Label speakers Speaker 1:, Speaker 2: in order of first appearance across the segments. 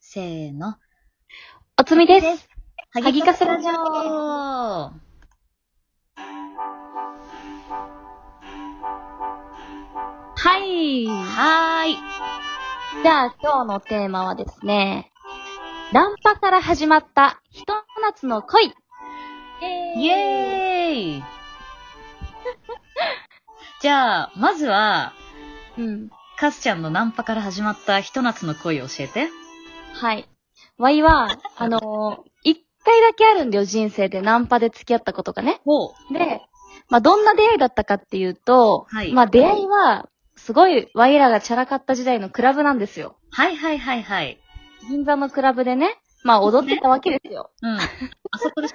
Speaker 1: せーの。
Speaker 2: おつみです。
Speaker 1: は
Speaker 2: ぎかせラジオ
Speaker 1: は
Speaker 2: はい。
Speaker 1: ーい。
Speaker 2: じゃあ今日のテーマはですね、ナンパから始まったひと夏の恋。
Speaker 1: イエーイ。 じゃあ、まずは、
Speaker 2: うん。
Speaker 1: かすちゃんのナンパから始まったひと夏の恋を教えて。
Speaker 2: はい。わいは、あのー一回だけあるんだよ、人生で。ナンパで付き合ったことがね。
Speaker 1: ほう。
Speaker 2: で、まあ、どんな出会いだったかっていうと、
Speaker 1: はい
Speaker 2: まあ、出会いは、すごい、わいらがチャラかった時代のクラブなんですよ。
Speaker 1: はいはいはいはい。
Speaker 2: 銀座のクラブでね、まあ、踊ってたわけですよ。
Speaker 1: うん。あそこでしょ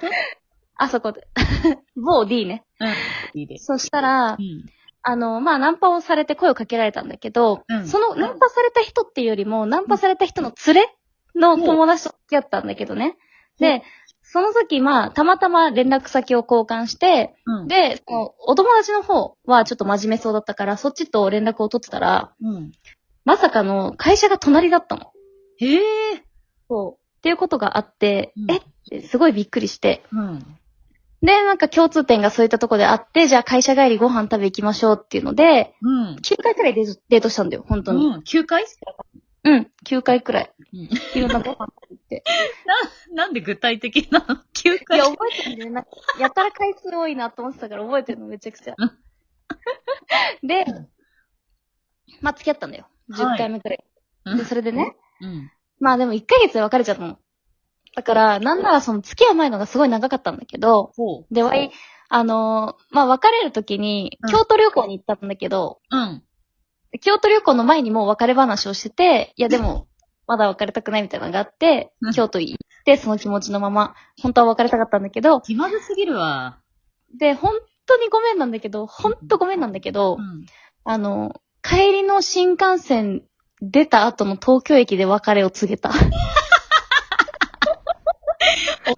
Speaker 2: あそこで。 某 D ね。
Speaker 1: うん。いいで。
Speaker 2: そしたら
Speaker 1: う、ん。
Speaker 2: あの、まあ、ナンパをされて声をかけられたんだけど、
Speaker 1: うん
Speaker 2: そのナンパされた人っていうよりも、ナンパされた人の連れの友達と付き合ったんだけどね。
Speaker 1: うん
Speaker 2: で、その時、まあ、たまたま連絡先を交換して、
Speaker 1: うん。
Speaker 2: で、そのお友達の方はちょっと真面目そうだったから、そっちと連絡を取ってたら、
Speaker 1: うん。
Speaker 2: まさかの会社が隣だったの。
Speaker 1: へえ。
Speaker 2: そう。っていうことがあって、
Speaker 1: うん
Speaker 2: えってすごいびっくりして。
Speaker 1: うん。
Speaker 2: で、なんか共通点がそういったとこであって、じゃあ会社帰りご飯食べ行きましょうっていうので、
Speaker 1: うん。
Speaker 2: 9回くらいデートデートしたんだよ、本当に。
Speaker 1: うん。9回
Speaker 2: うん、9回くらい。
Speaker 1: うん
Speaker 2: いろんなご飯食べて。
Speaker 1: なんで具体的なの ?9
Speaker 2: い
Speaker 1: 回
Speaker 2: や、覚えてるんだよ。なんかやたら回数多いなと思ってたから覚えてるの、めちゃくちゃ
Speaker 1: う。
Speaker 2: で
Speaker 1: うん、
Speaker 2: まあ、付き合ったんだよ。
Speaker 1: は
Speaker 2: 10
Speaker 1: い
Speaker 2: 回目くらい。
Speaker 1: うん
Speaker 2: で、それでね。
Speaker 1: うん。
Speaker 2: まあでも1ヶ月で別れちゃったの。だから、なんならその付き合う前のがすごい長かったんだけど、
Speaker 1: ほう。
Speaker 2: で、わい、あのーまあ別れる時に
Speaker 1: う、ん
Speaker 2: 京都旅行に行ったんだけど、
Speaker 1: うん。
Speaker 2: 京都旅行の前にもう別れ話をしてて、いやで も、まだ別れたくないみたいなのがあって
Speaker 1: うん、
Speaker 2: 京都行って、その気持ちのまま、本当は別れたかったんだけど、
Speaker 1: 気まずすぎるわ。
Speaker 2: で、本当にごめんなんだけど、本当ごめんなんだけど、
Speaker 1: うん。
Speaker 2: あの、帰りの新幹線出た後の東京駅で別れを告げた。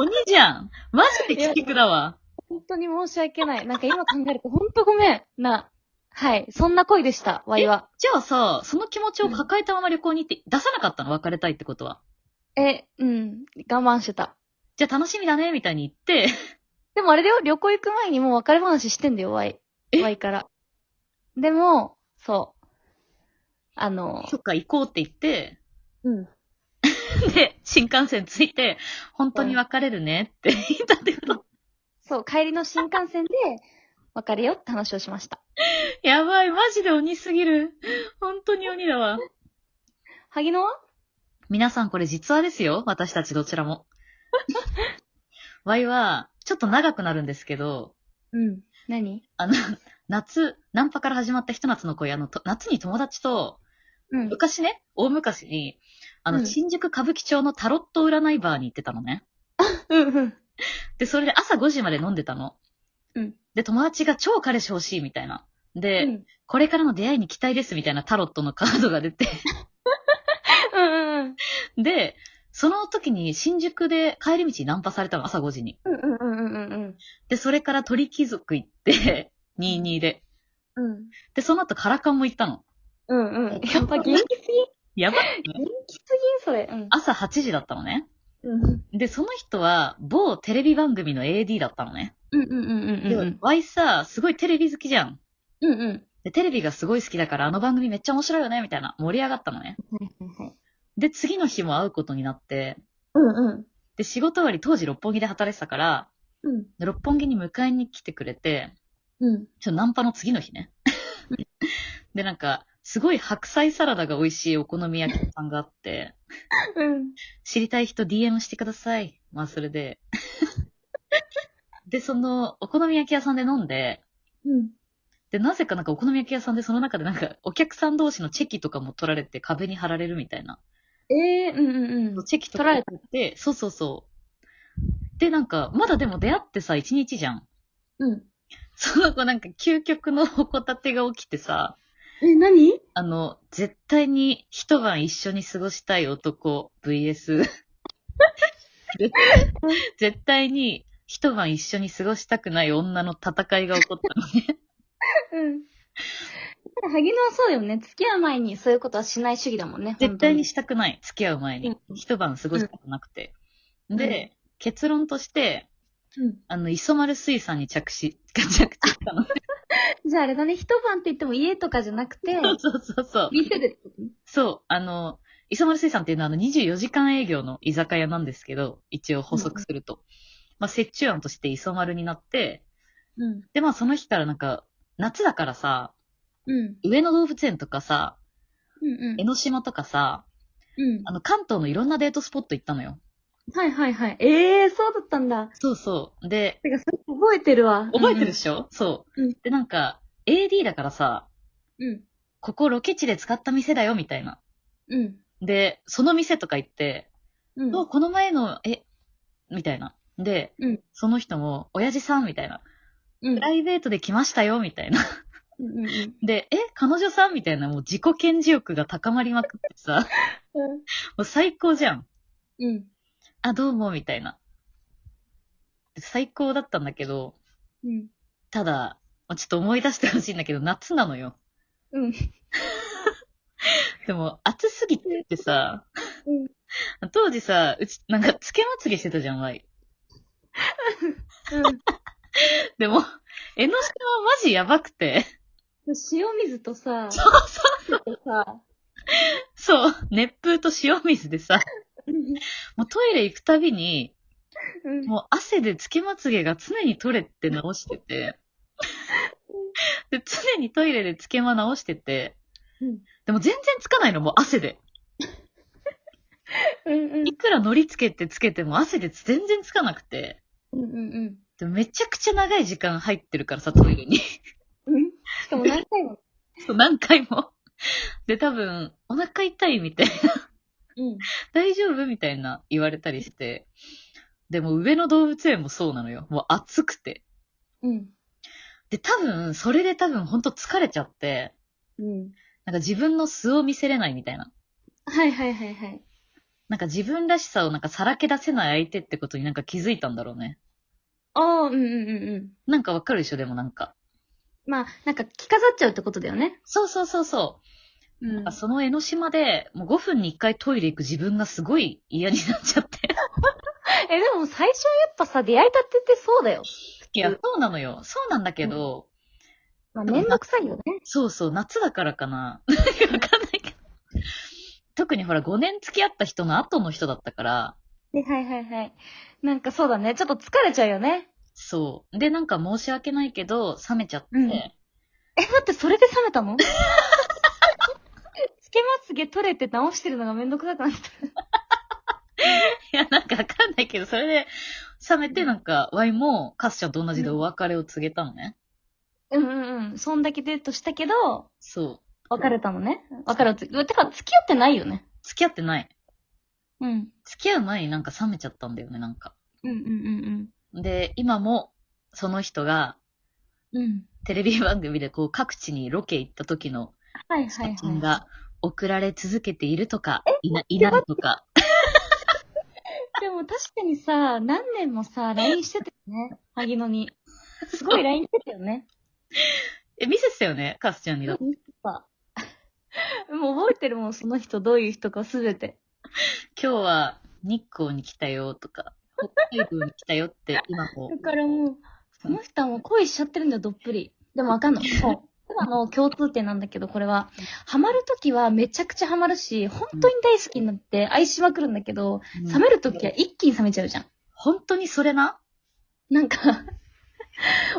Speaker 1: 鬼じゃん。マジで危機だわ。
Speaker 2: 本当に申し訳ない。なんか今考えると本当ごめん。な、はい。そんな恋でした、ワイは。
Speaker 1: じゃあさ、その気持ちを抱えたまま旅行に行って、出さなかったの別れたいってことは。
Speaker 2: え、うん。我慢してた。
Speaker 1: じゃあ楽しみだね、みたいに言って、
Speaker 2: でもあれだよ、旅行行く前にもう別れ話してんだよ、ワイ。
Speaker 1: え
Speaker 2: ワイから。でも、そう。あの、
Speaker 1: そっか、行こうって言って、
Speaker 2: うん。
Speaker 1: で、新幹線着いて、本当に別れるねって 言ったってこと。
Speaker 2: そう、帰りの新幹線で別れよって話をしました。
Speaker 1: やばい、マジで鬼すぎる。本当に鬼だわ。
Speaker 2: 萩野は
Speaker 1: 皆さんこれ実話ですよ。私たちどちらも。ワイは、ちょっと長くなるんですけど、
Speaker 2: うん。何
Speaker 1: あの、夏、ナンパから始まったひと夏の恋、あの、と夏に友達と、
Speaker 2: うん。
Speaker 1: 昔ね、大昔に、あの、
Speaker 2: うん
Speaker 1: 新宿歌舞伎町のタロット占いバーに行ってたのね。
Speaker 2: うんうん。
Speaker 1: で、それで朝5時まで飲んでたの。
Speaker 2: うん。
Speaker 1: で、友達が超彼氏欲しいみたいな。
Speaker 2: う
Speaker 1: で、
Speaker 2: ん
Speaker 1: これからの出会いに期待ですみたいなタロットのカードが出て。
Speaker 2: うんうん。
Speaker 1: で、その時に新宿で帰り道にナンパされたの、朝5時に。
Speaker 2: うんうんうんうんうん。
Speaker 1: で、それから鳥貴族行って、22で。
Speaker 2: うん。
Speaker 1: で、その後カラカンも行ったの。
Speaker 2: うんうん。やっぱ元気す
Speaker 1: やばいね。
Speaker 2: ぎ、元気すぎんそれ。うん。
Speaker 1: 朝8時だったのね。
Speaker 2: うん
Speaker 1: で、その人は、某テレビ番組の AD だったのね。
Speaker 2: うんうんうん
Speaker 1: で、
Speaker 2: うん。
Speaker 1: ワイさ、すごいテレビ好きじゃん。
Speaker 2: うんうん。
Speaker 1: で、テレビがすごい好きだから、あの番組めっちゃ面白いよね、みたいな。盛り上がったのね。
Speaker 2: はいはいはい。
Speaker 1: で、次の日も会うことになって、
Speaker 2: うんうん。
Speaker 1: で、仕事終わり当時六本木で働いてたから、
Speaker 2: うん。
Speaker 1: 六本木に迎えに来てくれて、
Speaker 2: うん。
Speaker 1: ちょ、ナンパの次の日ね。 で、なんか、すごい白菜サラダが美味しいお好み焼き屋さんがあって、
Speaker 2: うん。
Speaker 1: 知りたい人 DM してください。まあ、それで。 で、その、お好み焼き屋さんで飲んで、
Speaker 2: うん。
Speaker 1: で、なぜかなんかお好み焼き屋さんでその中でなんかお客さん同士のチェキとかも取られて壁に貼られるみたいな。
Speaker 2: ええー、うんうんうん。
Speaker 1: チェキとか
Speaker 2: 取られ
Speaker 1: 取って、そうそうそう。で、なんか、まだでも出会ってさ、一日じゃん。
Speaker 2: うん。
Speaker 1: その子なんか究極のホコタテが起きてさ、
Speaker 2: え、何
Speaker 1: あの、絶対に一晩一緒に過ごしたい男 VS。絶対絶対に一晩一緒に過ごしたくない女の戦いが起こったのね。
Speaker 2: うん。ただ、萩野はそうよね。付き合う前にそういうことはしない主義だもんね。
Speaker 1: 絶対にしたくない。付き合う前に。
Speaker 2: うん
Speaker 1: 一晩過ごしたくなくて。
Speaker 2: ん
Speaker 1: で、結論として、
Speaker 2: 本当に。
Speaker 1: あの、磯丸水産に着地、着地したの。
Speaker 2: うん。じゃああれだね、一晩って言っても家とかじゃなくて、
Speaker 1: そうそうそう。
Speaker 2: 店でってことね。
Speaker 1: そう、あの、磯丸水産っていうのはあの24時間営業の居酒屋なんですけど、一応補足すると。まあ、折衷案として磯丸になって、
Speaker 2: うん。
Speaker 1: で、まあその日からなんか、夏だからさ、
Speaker 2: うん。
Speaker 1: 上野動物園とかさ、
Speaker 2: うん
Speaker 1: 江ノ島とかさ、
Speaker 2: うん。うん
Speaker 1: あ。の関東のいろんなデートスポット行ったのよ。
Speaker 2: はいはいはい。ええー、そうだったんだ。
Speaker 1: そうそう。で、
Speaker 2: てか、それ覚えてるわ。
Speaker 1: 覚えてるでしょ、そう
Speaker 2: うん。
Speaker 1: で、なんか、AD だからさ、
Speaker 2: うん。
Speaker 1: ここロケ地で使った店だよ、みたいな。
Speaker 2: うん。
Speaker 1: で、その店とか行って、
Speaker 2: うん。
Speaker 1: うわこの前の、え、みたいな。で、
Speaker 2: うん
Speaker 1: その人も、親父さんみたいな。
Speaker 2: うん
Speaker 1: プライベートで来ましたよ、みたいな。
Speaker 2: うん。うん。
Speaker 1: で、え、彼女さんみたいな、もう自己顕示欲が高まりまくってさ、 もう最高じゃん。
Speaker 2: うん。
Speaker 1: あ、どうも、みたいな。最高だったんだけど、
Speaker 2: うん。
Speaker 1: ただ、まあちょっと思い出してほしいんだけど、夏なのよ。
Speaker 2: うん。
Speaker 1: でも、暑すぎてさ、
Speaker 2: うん。
Speaker 1: 当時さ、うち、なんか、つけまつげしてたじゃん、前。でも、江ノ島マジやばくて、
Speaker 2: 塩水とさ、
Speaker 1: そうそう
Speaker 2: とさ、
Speaker 1: そう、熱風と塩水でさ、
Speaker 2: うん。
Speaker 1: もうトイレ行くたびに、
Speaker 2: うん
Speaker 1: もう汗でつけまつげが常に取れって直してて、で、常にトイレでつけま直してて、
Speaker 2: うん。
Speaker 1: でも全然つかないの、もう汗で。
Speaker 2: うん。
Speaker 1: いくら乗りつけてつけても汗で全然つかなくて、
Speaker 2: うん。うん。
Speaker 1: でもめちゃくちゃ長い時間入ってるからさ、トイレに。
Speaker 2: うん。しかも何回も。
Speaker 1: そう何回も。で、多分、お腹痛いみたいな、
Speaker 2: うん。
Speaker 1: 大丈夫みたいな言われたりして、でも上野動物園もそうなのよ。もう暑くて。
Speaker 2: うん。
Speaker 1: で、多分、それで多分、ほんと疲れちゃって、
Speaker 2: うん。
Speaker 1: なんか自分の素を見せれないみたいな。
Speaker 2: はいはいはいはい。
Speaker 1: なんか自分らしさをなんかさらけ出せない相手ってことになんか気づいたんだろうね。
Speaker 2: ああ、うんうんうんうん。
Speaker 1: なんかわかるでしょ、でもなんか。
Speaker 2: まあ、なんか着飾っちゃうってことだよね。
Speaker 1: そうそうそうそうう。なん
Speaker 2: ん
Speaker 1: かその江ノ島で、もう5分に1回トイレ行く自分がすごい嫌になっちゃって。
Speaker 2: え、でも最初やっぱさ、出会いたてってそうだよ。
Speaker 1: いや、そうなのよ。そうなんだけど、
Speaker 2: まあ、めんどくさいよね。
Speaker 1: そうそう、夏だからかな。 なんかわかんないけど。特にほら、5年付き合った人の後の人だったから、
Speaker 2: はいはいはいはい。なんかそうだね。ちょっと疲れちゃうよね。
Speaker 1: そう。で、なんか申し訳ないけど、冷めちゃって、
Speaker 2: うんえ、待って、それで冷めたの つけまつげ取れて直してるのがめんどくさくなって
Speaker 1: いや、なんかわかんないけど、それで、冷めて、なんか、ワイも、カスちゃんと同じでお別れを告げたのね。
Speaker 2: た。うんうんうん。そんだけデートしたけど、
Speaker 1: そう。
Speaker 2: 別れたのね。別れた。てか、付き合ってないよね。
Speaker 1: 付き合ってない。
Speaker 2: うん。
Speaker 1: 付き合う前になんか冷めちゃったんだよね、なんか。
Speaker 2: うんうん
Speaker 1: で、今も、その人が、
Speaker 2: うんうん。うん。
Speaker 1: テレビ番組でこう、各地にロケ行った時の
Speaker 2: はいはいは
Speaker 1: 写
Speaker 2: い。
Speaker 1: 真が送られ続けているとか、いな、いないとか。
Speaker 2: でも確かにさ、何年もさ、LINE してたよね。萩野に。すごい LINE してたよね。
Speaker 1: え、見せてたよね、カスちゃんにだって。
Speaker 2: もう覚えてるもん、その人、どういう人かすべて。
Speaker 1: 今日は、日光に来たよ、とか、北海道に来たよって、今も
Speaker 2: だ。からもう、その人はもう恋しちゃってるんだよ、どっぷり。でもわかんない。そう。今の共通点なんだけど、これは。ハマるときはめちゃくちゃハマるし、本当に大好きになって愛しまくるんだけど、
Speaker 1: うん
Speaker 2: 冷めるときは一気に冷めちゃうじゃん。
Speaker 1: 本当にそれな
Speaker 2: なんか、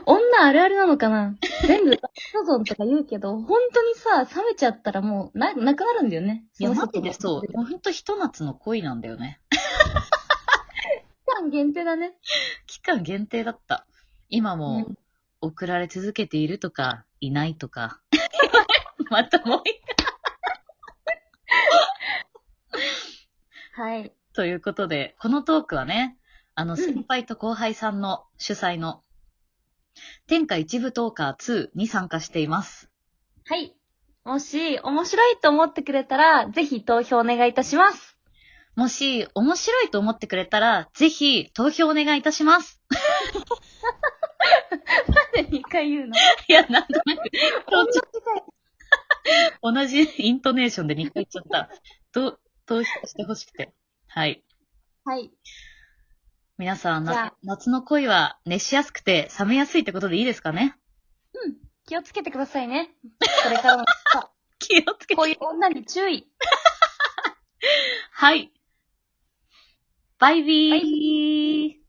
Speaker 2: 女あるあるなのかな全部、そうそうとか言うけど、本当にさ、冷めちゃったらもう、な、なくなるんだよね。
Speaker 1: いや、
Speaker 2: その
Speaker 1: マ
Speaker 2: 人
Speaker 1: ジ
Speaker 2: と
Speaker 1: でそう。もうほんとひと夏の恋なんだよね。
Speaker 2: 期間限定だね。
Speaker 1: 期間限定だった。今も
Speaker 2: うん、
Speaker 1: 送られ続けているとか、いないとか。 またもう一回。
Speaker 2: はい。
Speaker 1: ということで、このトークはね、あの、
Speaker 2: ん
Speaker 1: 先輩と後輩さんの主催の、天下一部トーカー2に参加しています。
Speaker 2: はい。もし、面白いと思ってくれたら、ぜひ投票お願いいたします。
Speaker 1: もし、面白いと思ってくれたら、ぜひ、投票お願いいたします。
Speaker 2: なんで2回言うの
Speaker 1: いや、なんとなく、
Speaker 2: こんな
Speaker 1: 到着
Speaker 2: 時間
Speaker 1: 同じイントネーションで2回言っちゃった。と、投票してほしくて。はい。
Speaker 2: はい。
Speaker 1: 皆さん、
Speaker 2: じゃ
Speaker 1: 夏
Speaker 2: あ
Speaker 1: 夏の恋は熱しやすくて冷めやすいってことでいいですかね
Speaker 2: 気をつけてくださいね。これからも、
Speaker 1: 気をつけて
Speaker 2: こ。ういう女に注意。
Speaker 1: はい。バイビー。
Speaker 2: バイ
Speaker 1: ビー